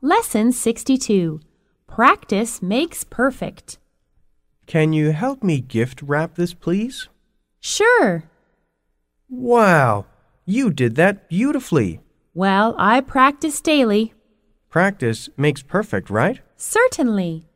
Lesson 62 Practice Makes Perfect. Can you help me gift wrap this, please? Sure. Wow, you did that beautifully. Well, I practice daily. Practice makes perfect, right? Certainly.